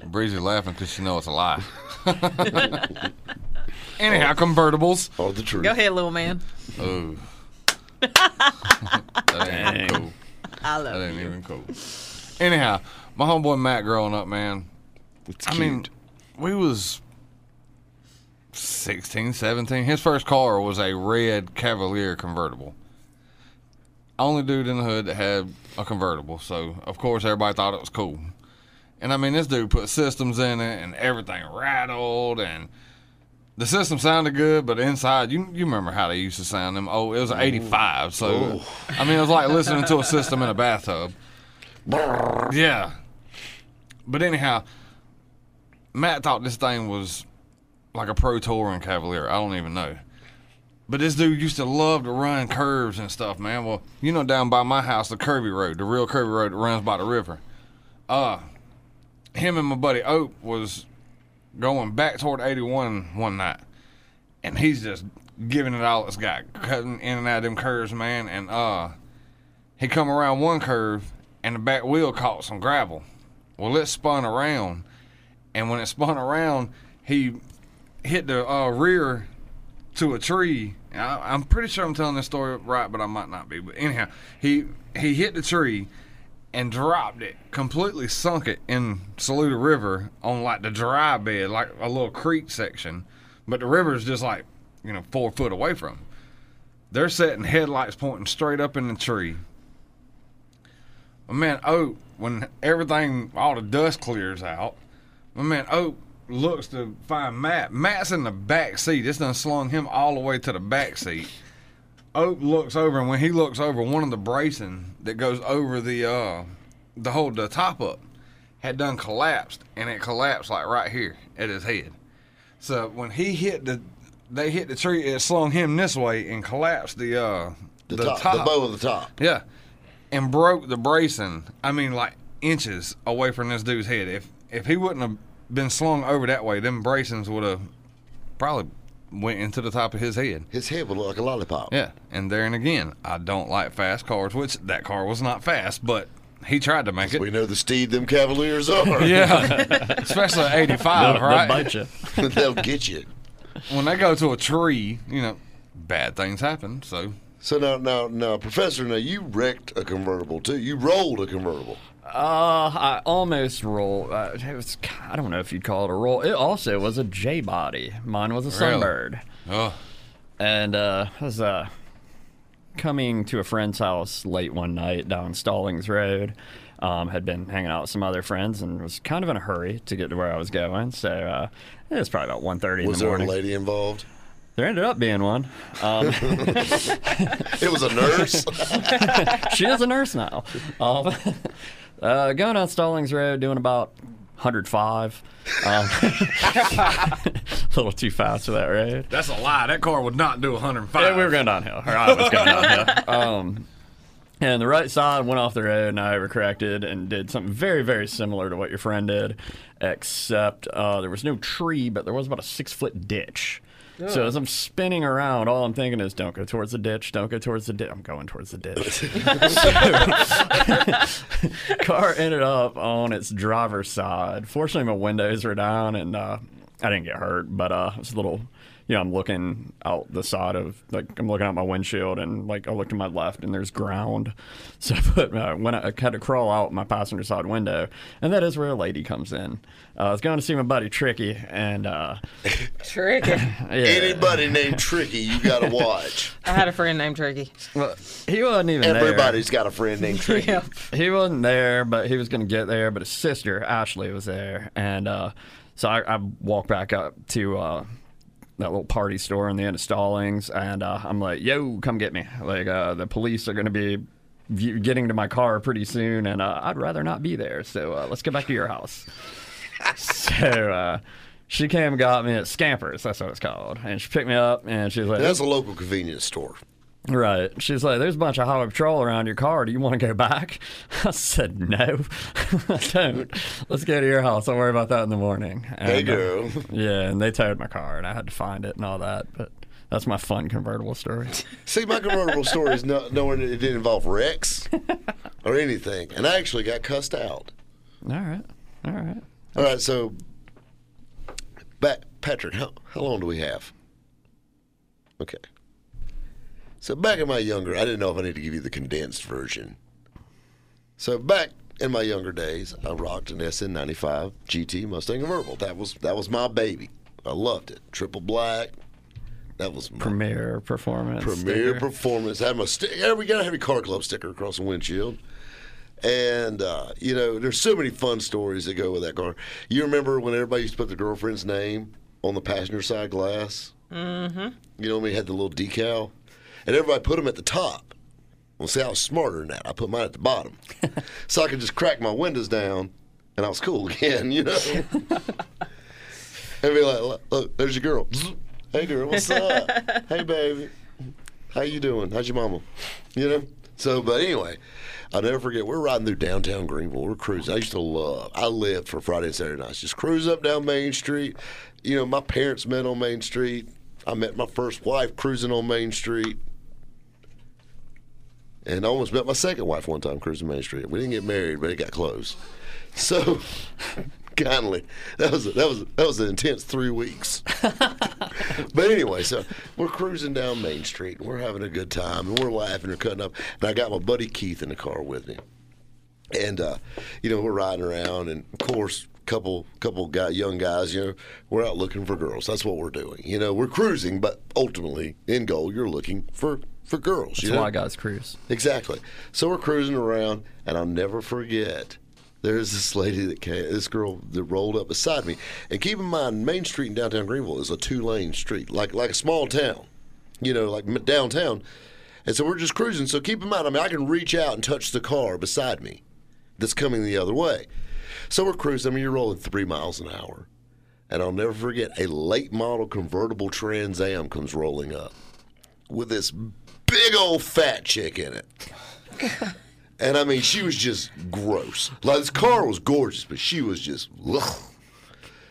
Speaker 3: Breezy laughing because she knows it's a lie. Anyhow, convertibles.
Speaker 1: All the truth.
Speaker 2: Go ahead, little man.
Speaker 3: Oh. (laughs) that ain't even cool.
Speaker 2: I
Speaker 3: That
Speaker 2: love
Speaker 3: ain't
Speaker 2: you.
Speaker 3: even cool. Anyhow, my homeboy Matt growing up, man.
Speaker 1: It's
Speaker 3: I
Speaker 1: cute.
Speaker 3: mean, we was 16, 17. His first car was a red Cavalier convertible. Only dude in the hood that had a convertible, so of course everybody thought it was cool. And I mean, this dude put systems in it, and everything rattled, and the system sounded good, but inside, you you remember how they used to sound them? Oh, it was an '85, so I mean, it was like listening to a system in a bathtub. Yeah. But anyhow, Matt thought this thing was like a pro touring Cavalier. I don't even know. But this dude used to love to run curves and stuff, man. Well, you know, down by my house, the curvy road, the real curvy road that runs by the river. Uh, him and my buddy Ope was going back toward 81 one night, and he's just giving it all it's got, cutting in and out of them curves, man. And uh, he come around one curve, and the back wheel caught some gravel. Well, it spun around, and when it spun around, he hit the uh, rear to a tree. And I, I'm pretty sure I'm telling this story right, but I might not be. But anyhow, he he hit the tree and dropped it, completely sunk it in Saluda River on like the dry bed, like a little creek section. But the river's just like you know four foot away from. Him. They're setting headlights pointing straight up in the tree. My man Oak, when everything, all the dust clears out, my man Oak looks to find Matt. Matt's in the back seat. It's done slung him all the way to the back seat. Oak looks over, and when he looks over, one of the bracing that goes over the uh, the whole the top up had done collapsed, and it collapsed like right here at his head. So when he hit the, they hit the tree. It slung him this way and collapsed the uh,
Speaker 1: the, top, the bow of the top.
Speaker 3: yeah. And broke the bracing, I mean, like inches away from this dude's head. If if he wouldn't have been slung over that way, them bracings would have probably went into the top of his head.
Speaker 1: His head would look like a lollipop.
Speaker 3: Yeah. And there and again, I don't like fast cars, which that car was not fast, but he tried to make it.
Speaker 1: We know the steed them Cavaliers are.
Speaker 3: (laughs) Yeah. Especially
Speaker 4: (laughs)
Speaker 3: 85,
Speaker 4: They'll-
Speaker 3: right?
Speaker 4: they'll bite
Speaker 1: (laughs)
Speaker 4: you.
Speaker 1: They'll get you.
Speaker 3: When they go to a tree, you know, bad things happen. So,
Speaker 1: So now, now, now, Professor, now you wrecked a convertible too. You rolled a convertible.
Speaker 4: Uh, I almost roll. Uh, it was, I don't know if you'd call it a roll. It also was a J body. Mine was a
Speaker 3: Really?
Speaker 4: sunbird.
Speaker 3: oh,
Speaker 4: And uh, I was uh, coming to a friend's house late one night down Stallings Road. Um, had been hanging out with some other friends and was kind of in a hurry to get to where I was going. So uh, it was probably about 1.30 in
Speaker 1: Was
Speaker 4: the
Speaker 1: there
Speaker 4: morning.
Speaker 1: a lady involved?
Speaker 4: There ended up being one. Um,
Speaker 1: It was a
Speaker 3: (laughs)
Speaker 1: nurse.
Speaker 4: she is a nurse now. Um, (laughs) uh, going (laughs) on Stallings Road, doing about 105. Um, little too fast for that road.
Speaker 3: That's a lie. That car would not do 105.
Speaker 4: Yeah, we were going downhill. Or I was going downhill. Um, and the right side went off the road, and I overcorrected and did something very, very similar to what your friend did, except uh, there was no tree, but there was about a six foot ditch. So as I'm spinning around, all I'm thinking is, "Don't go towards the ditch. Don't go towards the ditch." I'm going towards the ditch. So, car ended up on its driver's side. Fortunately, my windows were down, and uh, I didn't get hurt. But uh, it's a little you know, I'm looking out the side of like I'm looking out my windshield and like I look to my left and there's ground. (laughs) So I put uh, when I, I had to crawl out my passenger side window, and that is where a lady comes in. Uh, I was going to see my buddy Tricky, and uh,
Speaker 2: Tricky.
Speaker 4: yeah,
Speaker 1: Anybody named Tricky, you gotta watch.
Speaker 2: I had a friend named Tricky.
Speaker 4: well, he wasn't even there.
Speaker 1: Everybody's got a friend named Tricky.
Speaker 2: Yeah.
Speaker 4: he wasn't there, but he was going to get there. But his sister Ashley was there, and uh, so I, I walked back up to uh, that little party store in the end of Stallings, and uh, I'm like, "Yo, come get me!" Like uh, the police are going to be v- getting to my car pretty soon, and uh, I'd rather not be there. So uh, let's go back to your house. so. Uh, she came and got me at Scampers, that's what it's called. And she picked me up and she was like,
Speaker 1: That's a local convenience store.
Speaker 4: Right. She's like, there's a bunch of highway patrol around your car. Do you want to go back? (laughs) I said, no, (laughs) I don't. Let's go to your house. I'll worry about that in the morning. And,
Speaker 1: Hey,
Speaker 4: uh,
Speaker 1: girl.
Speaker 4: yeah, and they towed my car, and I had to find it and all that. But that's my fun convertible story.
Speaker 1: (laughs) See, my convertible story is no, no one, it didn't involve wrecks or anything. And I actually got cussed out.
Speaker 4: all right. All right.
Speaker 1: All right, so, back, Patrick, how, how long do we have? Okay. So, back in my younger, I didn't know if I need to give you the condensed version. So, back in my younger days, I rocked an SN95 GT Mustang convertible. That was that was my baby. I loved it. Triple black. That was my
Speaker 4: Premiere performance.
Speaker 1: Premier
Speaker 4: sticker.
Speaker 1: performance. Had my sti- yeah, we gotta have a car club sticker across the windshield. And uh, you know, there's so many fun stories that go with that car. You remember when everybody used to put the girlfriend's name on the passenger side glass? Mm-hmm. You know, when we had the little decal, and everybody put them at the top. Well, see, I was smarter than that. I put mine at the bottom, so I could just crack my windows down, and I was cool (laughs) again. You know. and be like, look, look, there's your girl. Hey, girl, what's up? hey, baby, how you doing? How's your mama? You know. So, but anyway, I'll never forget. We're riding through downtown Greenville. We're cruising. I used to love. I lived for Friday and Saturday nights. Just cruise up down Main Street. You know, my parents met on Main Street. I met my first wife cruising on Main Street. And I almost met my second wife one time cruising Main Street. We didn't get married, but it got close. So, (laughs) kindly, that was that was that was an intense three weeks. but anyway, so we're cruising down Main Street and we're having a good time and we're laughing and cutting up. And I got my buddy Keith in the car with me, and uh, you know we're riding around and of course couple couple guy young guys you know we're out looking for girls that's what we're doing you know we're cruising but ultimately in goal you're looking for for girls you
Speaker 4: That's
Speaker 1: know?
Speaker 4: why guys cruise.
Speaker 1: Exactly. So we're cruising around, and I'll never forget. There's this lady that came, this girl that rolled up beside me. And keep in mind, Main Street in downtown Greenville is a two lane street, like like a small town, you know, like m- downtown. And so we're just cruising. So keep in mind, I mean, I can reach out and touch the car beside me that's coming the other way. So we're cruising. I mean, you're rolling three miles an hour. And I'll never forget a late model convertible Trans Am comes rolling up with this big old fat chick in it. And I mean, she was just gross. Like, this car was gorgeous, but she was just. ugh.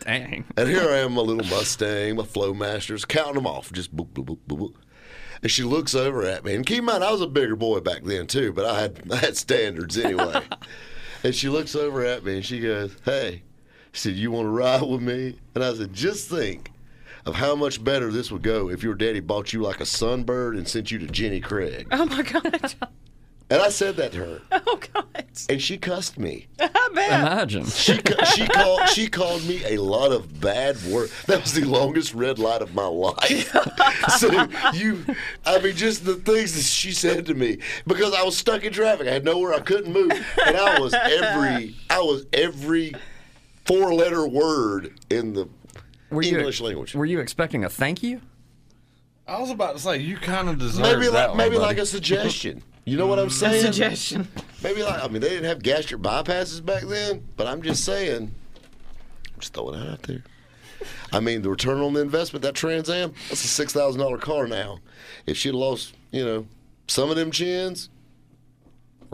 Speaker 4: Dang.
Speaker 1: And here I am, my little Mustang, my Flowmasters, counting them off, just boop, boop, boop, boop, boop. And she looks over at me. And keep in mind, I was a bigger boy back then, too, but I had, (laughs) I had standards anyway. and she looks over at me and she goes, Hey, she said, You want to ride with me? And I said, Just think of how much better this would go if your daddy bought you like a sunbird and sent you to Jenny Craig.
Speaker 2: (laughs) Oh my God.
Speaker 1: And I said that to her,
Speaker 2: Oh God.
Speaker 1: and she cussed me.
Speaker 2: I bet.
Speaker 4: Imagine.
Speaker 1: She, cu- she called she called me a lot of bad words. That was the longest red light of my life. (laughs) so you, I mean, just the things that she said to me because I was stuck in traffic. I had nowhere I couldn't move, and I was every I was every four letter word in the
Speaker 4: Were you-
Speaker 1: English language.
Speaker 4: Were you expecting a thank you? (laughs)
Speaker 3: I was about to say, you kind of deserve
Speaker 1: Maybe
Speaker 3: that
Speaker 1: like
Speaker 3: one,
Speaker 1: maybe
Speaker 3: buddy.
Speaker 1: like a suggestion. You know what I'm saying?
Speaker 2: Suggestion.
Speaker 1: Maybe like I mean they didn't have gastric bypasses back then, but I'm just saying, I'm just throwing it out there. I mean, the return on the investment, that Trans Am, that's a six thousand dollar car now. If she'd lost, you know, some of them chins,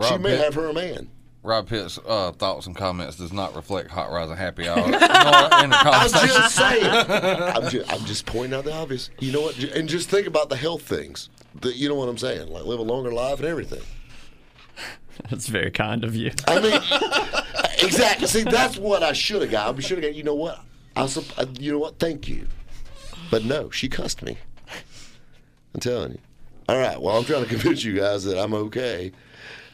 Speaker 1: she
Speaker 3: Rob
Speaker 1: may
Speaker 3: Pitt-
Speaker 1: have her man.
Speaker 3: Rob Pitt's uh, thoughts and comments does not reflect Hot Rods and Happy Hour nor in the
Speaker 1: I'm
Speaker 3: conversation.
Speaker 1: just saying. I'm just, I'm just pointing out the obvious. You know what? Ju- And just think about the health things. The, you know what I'm saying? Like live a longer life and everything.
Speaker 4: That's very kind of you.
Speaker 1: I mean, exactly. See, that's what I should have got. I should have got. You know what? I, sup- I you know what? Thank you, but no, she cussed me. I'm telling you. All right. Well, I'm trying to convince you guys that I'm okay.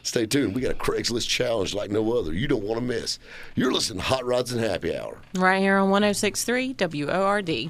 Speaker 1: Stay tuned. We got a Craigslist challenge like no other. You don't want to miss. You're listening to Hot Rods and Happy Hour.
Speaker 6: Right here on 1063 WORD.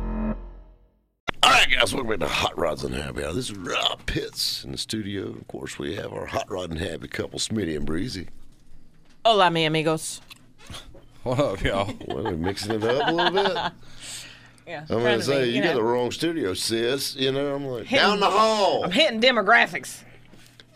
Speaker 1: All right, guys, welcome back to Hot Rods and Happy Hour. This is Rob Pitts in the studio. Of course, we have our Hot Rod and Happy couple, Smitty and Breezy.
Speaker 6: Hola, mi amigos.
Speaker 3: What up, y'all?
Speaker 1: Well, we're mixing it up a little bit.
Speaker 2: Yeah.
Speaker 1: I'm
Speaker 6: trying
Speaker 1: gonna
Speaker 6: to
Speaker 1: say
Speaker 6: be,
Speaker 1: you
Speaker 6: you
Speaker 1: got
Speaker 6: know.
Speaker 1: the wrong studio, sis. You know, I'm like
Speaker 2: Hitting-
Speaker 1: down the hall,
Speaker 2: I'm hitting demographics.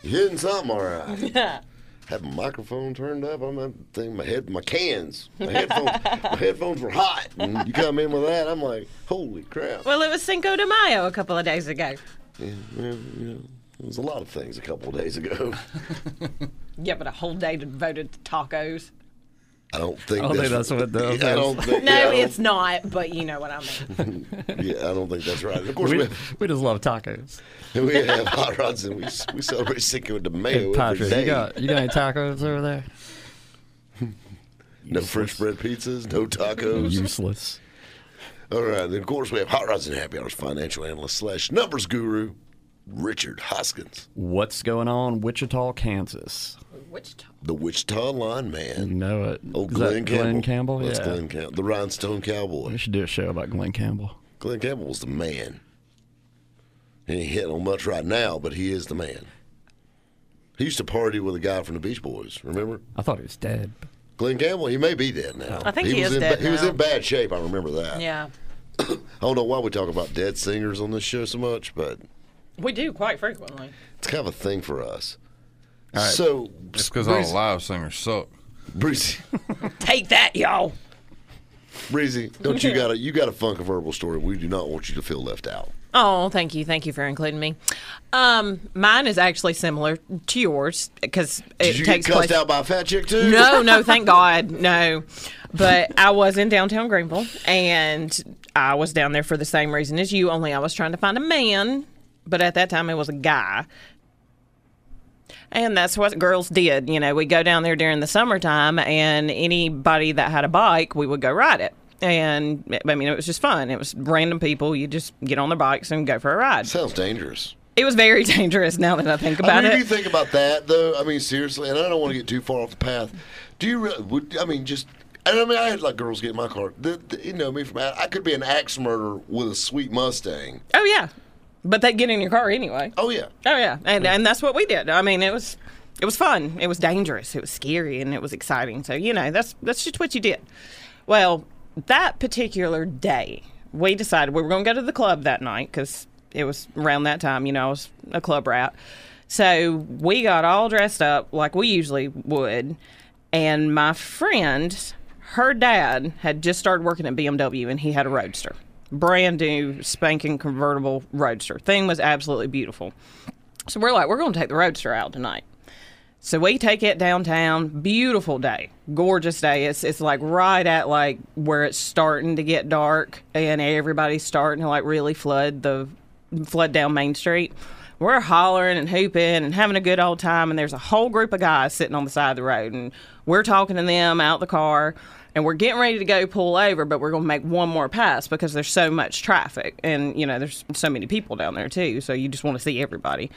Speaker 1: You're hitting something all right. Have my microphone turned up. I'm that thing. My head, my cans, my headphones, my headphones were hot, and you come in with that. I'm like, holy crap.
Speaker 6: Well, it was Cinco de Mayo a couple of days ago.
Speaker 1: Yeah, yeah, you know, there was a lot of things a couple of days ago.
Speaker 2: Yeah, but a whole day devoted to tacos.
Speaker 1: I don't think.
Speaker 4: I don't think that's what the-
Speaker 1: (laughs) I don't think.
Speaker 2: No,
Speaker 1: yeah, I don't-
Speaker 2: it's not, but you know what I mean.
Speaker 1: (laughs) Yeah, I don't think that's right. Of course, we
Speaker 4: We,
Speaker 1: have,
Speaker 4: we just love tacos.
Speaker 1: we have hot rods and we we celebrate Cinco de Mayo
Speaker 4: Hey,
Speaker 1: every
Speaker 4: Patrick,
Speaker 1: day.
Speaker 4: you got you got any tacos over there?
Speaker 1: no French bread pizzas, no tacos.
Speaker 4: Useless.
Speaker 1: All right, then of course we have Hot Rods and Happy Hours financial analyst slash numbers guru Richard Hoskins,
Speaker 4: What's going on, Wichita, Kansas?
Speaker 2: Wichita.
Speaker 1: the Wichita lineman.
Speaker 4: You know it.
Speaker 1: Oh,
Speaker 4: Is
Speaker 1: Glenn
Speaker 4: that
Speaker 1: Campbell.
Speaker 4: Glenn Campbell.
Speaker 1: That's
Speaker 4: yeah.
Speaker 1: Glenn Campbell, the Rhinestone Cowboy.
Speaker 4: We should do a show about Glenn Campbell.
Speaker 1: Glenn Campbell was the man. He ain't hitting on much right now, but he is the man. He used to party with a guy from the Beach Boys. Remember
Speaker 4: I thought he was dead.
Speaker 1: Glenn Campbell? He may be dead now.
Speaker 6: I think he
Speaker 1: was
Speaker 6: is
Speaker 1: in
Speaker 6: dead
Speaker 1: ba- He was
Speaker 6: now.
Speaker 1: in bad shape. I remember that.
Speaker 6: Yeah.
Speaker 1: I don't know why we talk about dead singers on this show so much, but
Speaker 2: We do quite frequently.
Speaker 1: it's kind of a thing for us. So
Speaker 3: It's because all live singers suck.
Speaker 1: Bruce.
Speaker 2: Take that, y'all.
Speaker 1: (laughs) Breezy, don't you got a you got a funk verbal story? We do not want you to feel left out.
Speaker 6: Oh, thank you. Thank you for including me. Um, mine is actually similar to yours because it
Speaker 1: Did you get
Speaker 6: takes
Speaker 1: cussed
Speaker 6: place.
Speaker 1: out by a fat chick too?
Speaker 6: No, no, thank God, no. But I was in downtown Greenville, and I was down there for the same reason as you. Only I was trying to find a man, but at that time it was a guy. And that's what girls did. You know, we go down there during the summertime, and anybody that had a bike, we would go ride it. And I mean, it was just fun. It was random people. You just get on their bikes and go for a ride.
Speaker 1: Sounds dangerous.
Speaker 6: It was very (laughs) dangerous. Now that I think
Speaker 1: I
Speaker 6: about
Speaker 1: mean, if
Speaker 6: it,
Speaker 1: you think about that though, I mean seriously, and I don't want to get too far off the path. Do you really? Would, I mean, just and I mean, I had like girls get in my car. The, the- you know me from out. I could be an axe murderer with a sweet Mustang.
Speaker 6: oh yeah, but they get in your car anyway.
Speaker 1: Oh yeah,
Speaker 6: Oh yeah, and and that's what we did. I mean, it was it was fun. It was dangerous. It was scary, and it was exciting. So you know, that's that's just what you did. Well, that particular day, we decided we were going to go to the club that night because it was around that time. You know, I was a club rat, so we got all dressed up like we usually would, and my friend. Her dad had just started working at BMW and he had a roadster. Brand new, spanking convertible roadster. Thing was absolutely beautiful. So we're like, we're going to take the roadster out tonight. So we take it downtown. Beautiful day, gorgeous day. It's it's like right at like where it's starting to get dark, and everybody's starting to like really flood the flood down Main Street. We're hollering and hooping and having a good old time, and there's a whole group of guys sitting on the side of the road, and we're talking to them out the car, and we're getting ready to go pull over, but we're gonna make one more pass because there's so much traffic, and you know there's so many people down there too, so you just want to see everybody.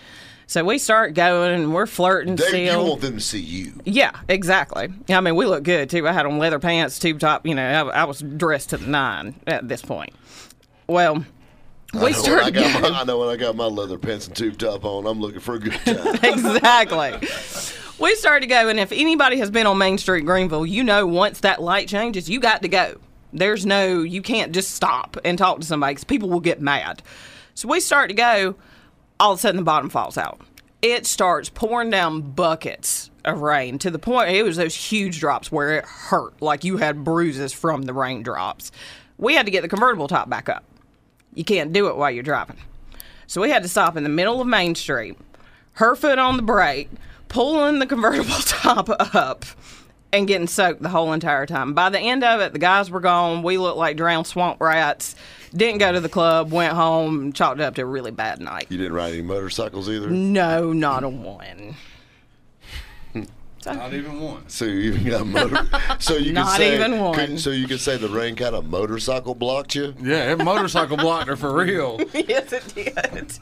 Speaker 6: So we start going, and we're flirting
Speaker 1: they, you
Speaker 6: still.
Speaker 1: want them to see you.
Speaker 6: Yeah, exactly. I mean, we look good too. I had on leather pants, tube top. You know, I, I was dressed to the nine at this point. Well,
Speaker 1: I
Speaker 6: we
Speaker 1: know, when I,
Speaker 6: started
Speaker 1: got
Speaker 6: getting
Speaker 1: my, I know when I got my leather pants and tube top on, I'm looking for a good time.
Speaker 6: (laughs) exactly. We started going. If anybody has been on Main Street Greenville, you know once that light changes, you got to go. There's no, you can't just stop and talk to somebody because people will get mad. So we start to go. All of a sudden, the bottom falls out. It starts pouring down buckets of rain to the point it was those huge drops where it hurt, like you had bruises from the raindrops. We had to get the convertible top back up. You can't do it while you're driving. So we had to stop in the middle of Main Street, her foot on the brake, pulling the convertible (laughs) top up, and getting soaked the whole entire time. By the end of it, the guys were gone. We looked like drowned swamp rats. Didn't go to the club, went home, and chalked it up to a really bad night.
Speaker 1: You didn't ride any motorcycles either?
Speaker 6: No, not a one.
Speaker 3: Not even once.
Speaker 1: So you even got
Speaker 6: (laughs)
Speaker 1: motor. so you could
Speaker 6: Not
Speaker 1: say,
Speaker 6: even
Speaker 1: could-
Speaker 6: one.
Speaker 1: so you could say the rain kind of motorcycle blocked you.
Speaker 3: Yeah, that motorcycle blocked her for real.
Speaker 6: (laughs) yes, it did.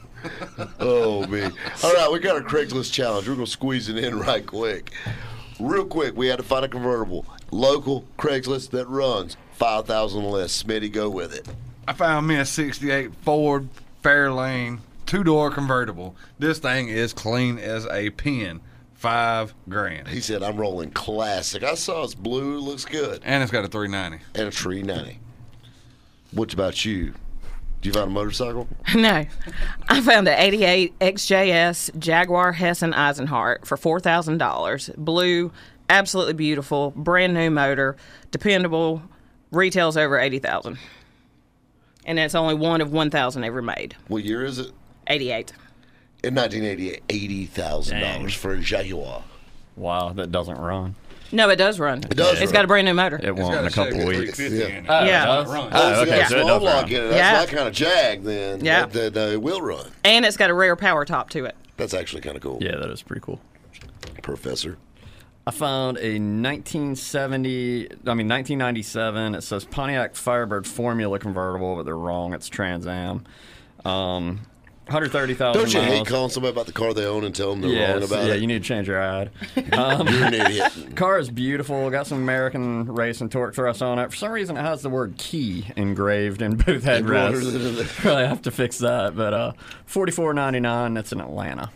Speaker 1: Oh me! All right, we got a Craigslist challenge. We're gonna squeeze it in right quick. Real quick, we had to find a convertible, local Craigslist that runs five thousand less. Smitty, go with it.
Speaker 3: I found me a 68 Ford Fairlane two door convertible. This thing is clean as a pin. Five grand.
Speaker 1: He said, "I'm rolling classic." I saw it's blue, looks good,
Speaker 3: And it's got a 390.
Speaker 1: and a tree ninety. What about you? Do you find a motorcycle?
Speaker 6: (laughs) No. I found an 88 XJS Jaguar Hessen Eisenhart for $4,000. Blue, absolutely beautiful, brand new motor, dependable, retails over 80000 And it's only one of 1,000 ever made.
Speaker 1: What year is it?
Speaker 6: 88.
Speaker 1: In 1988, eighty thousand
Speaker 4: Dang.
Speaker 1: dollars for a Jaguar.
Speaker 4: Wow, that doesn't run.
Speaker 6: No, it does run. It
Speaker 1: does
Speaker 6: It's
Speaker 1: run.
Speaker 6: got a brand new motor.
Speaker 4: It won't in a couple weeks.
Speaker 3: Yeah.
Speaker 6: Yeah.
Speaker 4: Oh,
Speaker 1: Well, if
Speaker 4: okay,
Speaker 1: you got
Speaker 4: so it
Speaker 1: a
Speaker 4: does
Speaker 1: small block
Speaker 4: run.
Speaker 1: in it. That's
Speaker 6: Yeah.
Speaker 1: my kind of jag. Then
Speaker 6: Yeah.
Speaker 1: that, that, uh, it will run.
Speaker 6: And it's got a rear power top to it.
Speaker 1: That's actually kind of cool,
Speaker 4: Yeah, that is pretty cool.
Speaker 1: Professor.
Speaker 4: I found a 1970, I mean 1997. It says Pontiac Firebird Formula convertible, but they're wrong. It's Trans Am. Um, 130,000
Speaker 1: Don't
Speaker 4: miles.
Speaker 1: you hate calling somebody about the car they own and tell them they're
Speaker 4: Yes,
Speaker 1: wrong about
Speaker 4: yeah,
Speaker 1: it?
Speaker 4: you need to change your
Speaker 1: (laughs)
Speaker 4: ad. Um,
Speaker 1: You're an idiot.
Speaker 4: (laughs) car is beautiful. Got some American race and torque thrust on it. For some reason, it has the word "key" engraved in both headrests. (laughs) Probably have to fix that. But uh, forty-four ninety-nine. That's in Atlanta.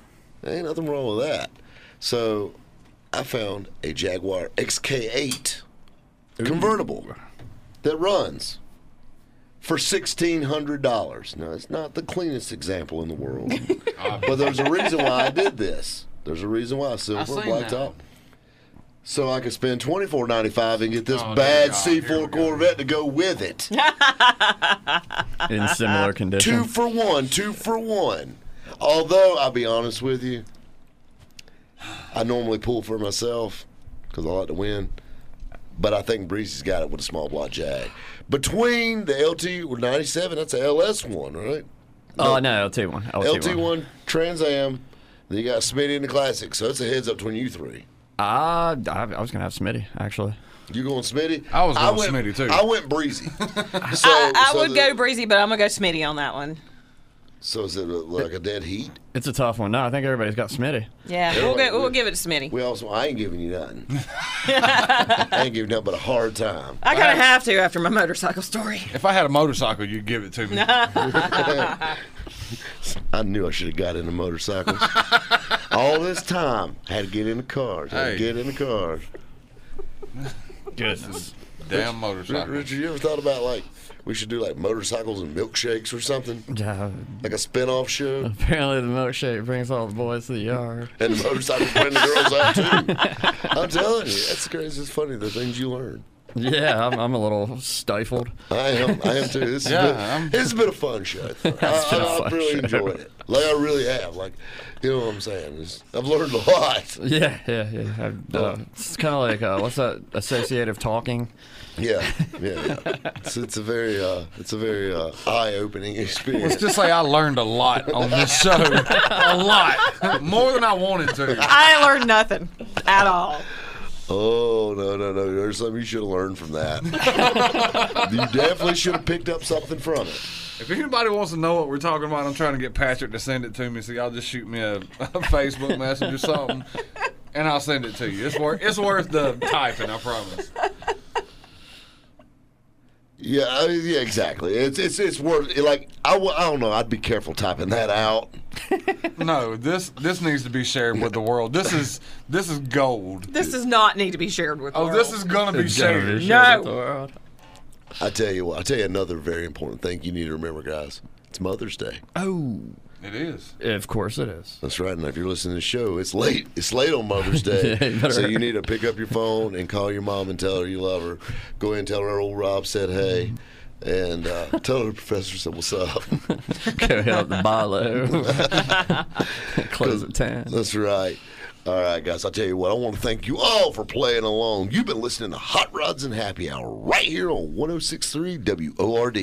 Speaker 1: Ain't nothing wrong with that. So, I found a Jaguar XK8 convertible that runs for sixteen hundred dollars. Now, it's not the cleanest example in the
Speaker 3: (laughs)
Speaker 1: world, but there's a reason why I did this. There's a reason why silver
Speaker 3: seen that.
Speaker 1: blacktop. So I could spend twenty four ninety five and get this
Speaker 3: Oh, dear
Speaker 1: bad
Speaker 3: God.
Speaker 1: C
Speaker 3: Here we
Speaker 1: four
Speaker 3: go.
Speaker 1: Corvette to go with it.
Speaker 4: In (laughs) similar
Speaker 1: two
Speaker 4: condition.
Speaker 1: for one, two for one. Although I'll be honest with you, I normally pull for myself because I like to win. But I think Breezy's got it with a small block jag. Between the LT with 97, that's a LS one, right?
Speaker 4: Oh no, LT one. LT
Speaker 1: LT
Speaker 4: one.
Speaker 1: one Trans Am. Then you got Smitty in the Classic, so it's a heads up between you three.
Speaker 4: Uh, I, I was gonna have Smitty actually.
Speaker 1: You going Smitty?
Speaker 3: I was going
Speaker 1: went-
Speaker 3: Smitty, too.
Speaker 1: I went
Speaker 3: (laughs)
Speaker 1: Breezy. so,
Speaker 6: I
Speaker 1: Oh, so
Speaker 6: would
Speaker 1: the-
Speaker 6: go breezy, but I'm going to go Smitty on that one.
Speaker 1: So is it a, like a dead heat?
Speaker 4: It's a tough one. No, I think everybody's got Smitty.
Speaker 6: Yeah, we'll, go, we'll give it to Smitty.
Speaker 1: We also, I ain't giving you nothing. I ain't giving nothing but a hard time.
Speaker 6: I kind of have to after my motorcycle
Speaker 1: (laughs)
Speaker 6: story.
Speaker 3: If I had a motorcycle, you'd give it to me.
Speaker 1: I knew I should have got into motorcycles. All this time, I had to get into cars. Had
Speaker 3: Hey.
Speaker 1: to get into cars.
Speaker 4: Goodness.
Speaker 3: Damn motorcycle.
Speaker 1: Richard, you ever thought about like we should do like motorcycles and milkshakes or something,
Speaker 4: Yeah.
Speaker 1: like a spin-off show,
Speaker 4: Apparently, the milkshake brings all the boys to the yard.
Speaker 1: and the motorcycles bring the girls out too. I'm telling you, that's crazy. It's funny the things you learn.
Speaker 4: Yeah, I'm, I'm a little stifled.
Speaker 1: I am. I am too. This has,
Speaker 3: Yeah,
Speaker 1: been,
Speaker 3: I'm-
Speaker 1: this has been a fun
Speaker 4: (laughs)
Speaker 1: show. I,
Speaker 4: been a
Speaker 1: I- I've
Speaker 4: fun
Speaker 1: really
Speaker 4: show.
Speaker 1: enjoyed it. Like I really have. Like you know what I'm saying. It's, I've learned a lot.
Speaker 4: Yeah, yeah, yeah. I, uh, it's kind of like uh, what's that? Associative talking.
Speaker 1: Yeah, yeah. yeah. it's, it's a very, uh, it's a very uh, eye-opening
Speaker 3: Let's
Speaker 1: experience.
Speaker 3: just say I learned a lot on this show. a lot. More than I wanted to.
Speaker 6: I learned nothing at all.
Speaker 1: Oh no, no, no! There's something you should have learned from
Speaker 4: (laughs)
Speaker 1: that. you definitely should have picked up something from it.
Speaker 3: If anybody wants to know what we're talking about, I'm trying to get Patrick to send it to me. So y'all just shoot me a, a Facebook message or something, and I'll send it to you. It's worth it's worth the typing. I promise.
Speaker 1: Yeah, I- yeah, exactly. It's it's it's worth like I, w- I don't know. I'd be careful typing that out.
Speaker 3: No, this this needs to be shared with the world. This is this is gold.
Speaker 2: This does not need to be shared with.
Speaker 3: Oh,
Speaker 2: the
Speaker 3: this
Speaker 2: world.
Speaker 3: is gonna be shared.
Speaker 4: No.
Speaker 1: I tell you what. I tell you another very important thing you need to remember, guys. It's Mother's Day.
Speaker 4: Oh,
Speaker 3: It is.
Speaker 4: of course it is.
Speaker 1: That's right. And if you're listening to the show, it's late. It's late on Mother's Day.
Speaker 4: Yeah, (laughs) you better-
Speaker 1: so you need to pick up your phone and call your mom and tell her you love her. Go ahead and tell her old Rob said hey. And uh, tell her the professor said what's up. (laughs)
Speaker 4: Go out (laughs) the bolo. (laughs) Close at 10.
Speaker 1: That's right. All right, guys. I'll tell you what. I want to thank you all for playing along. You've been listening to Hot Rods and Happy Hour right here on 1063 WORD.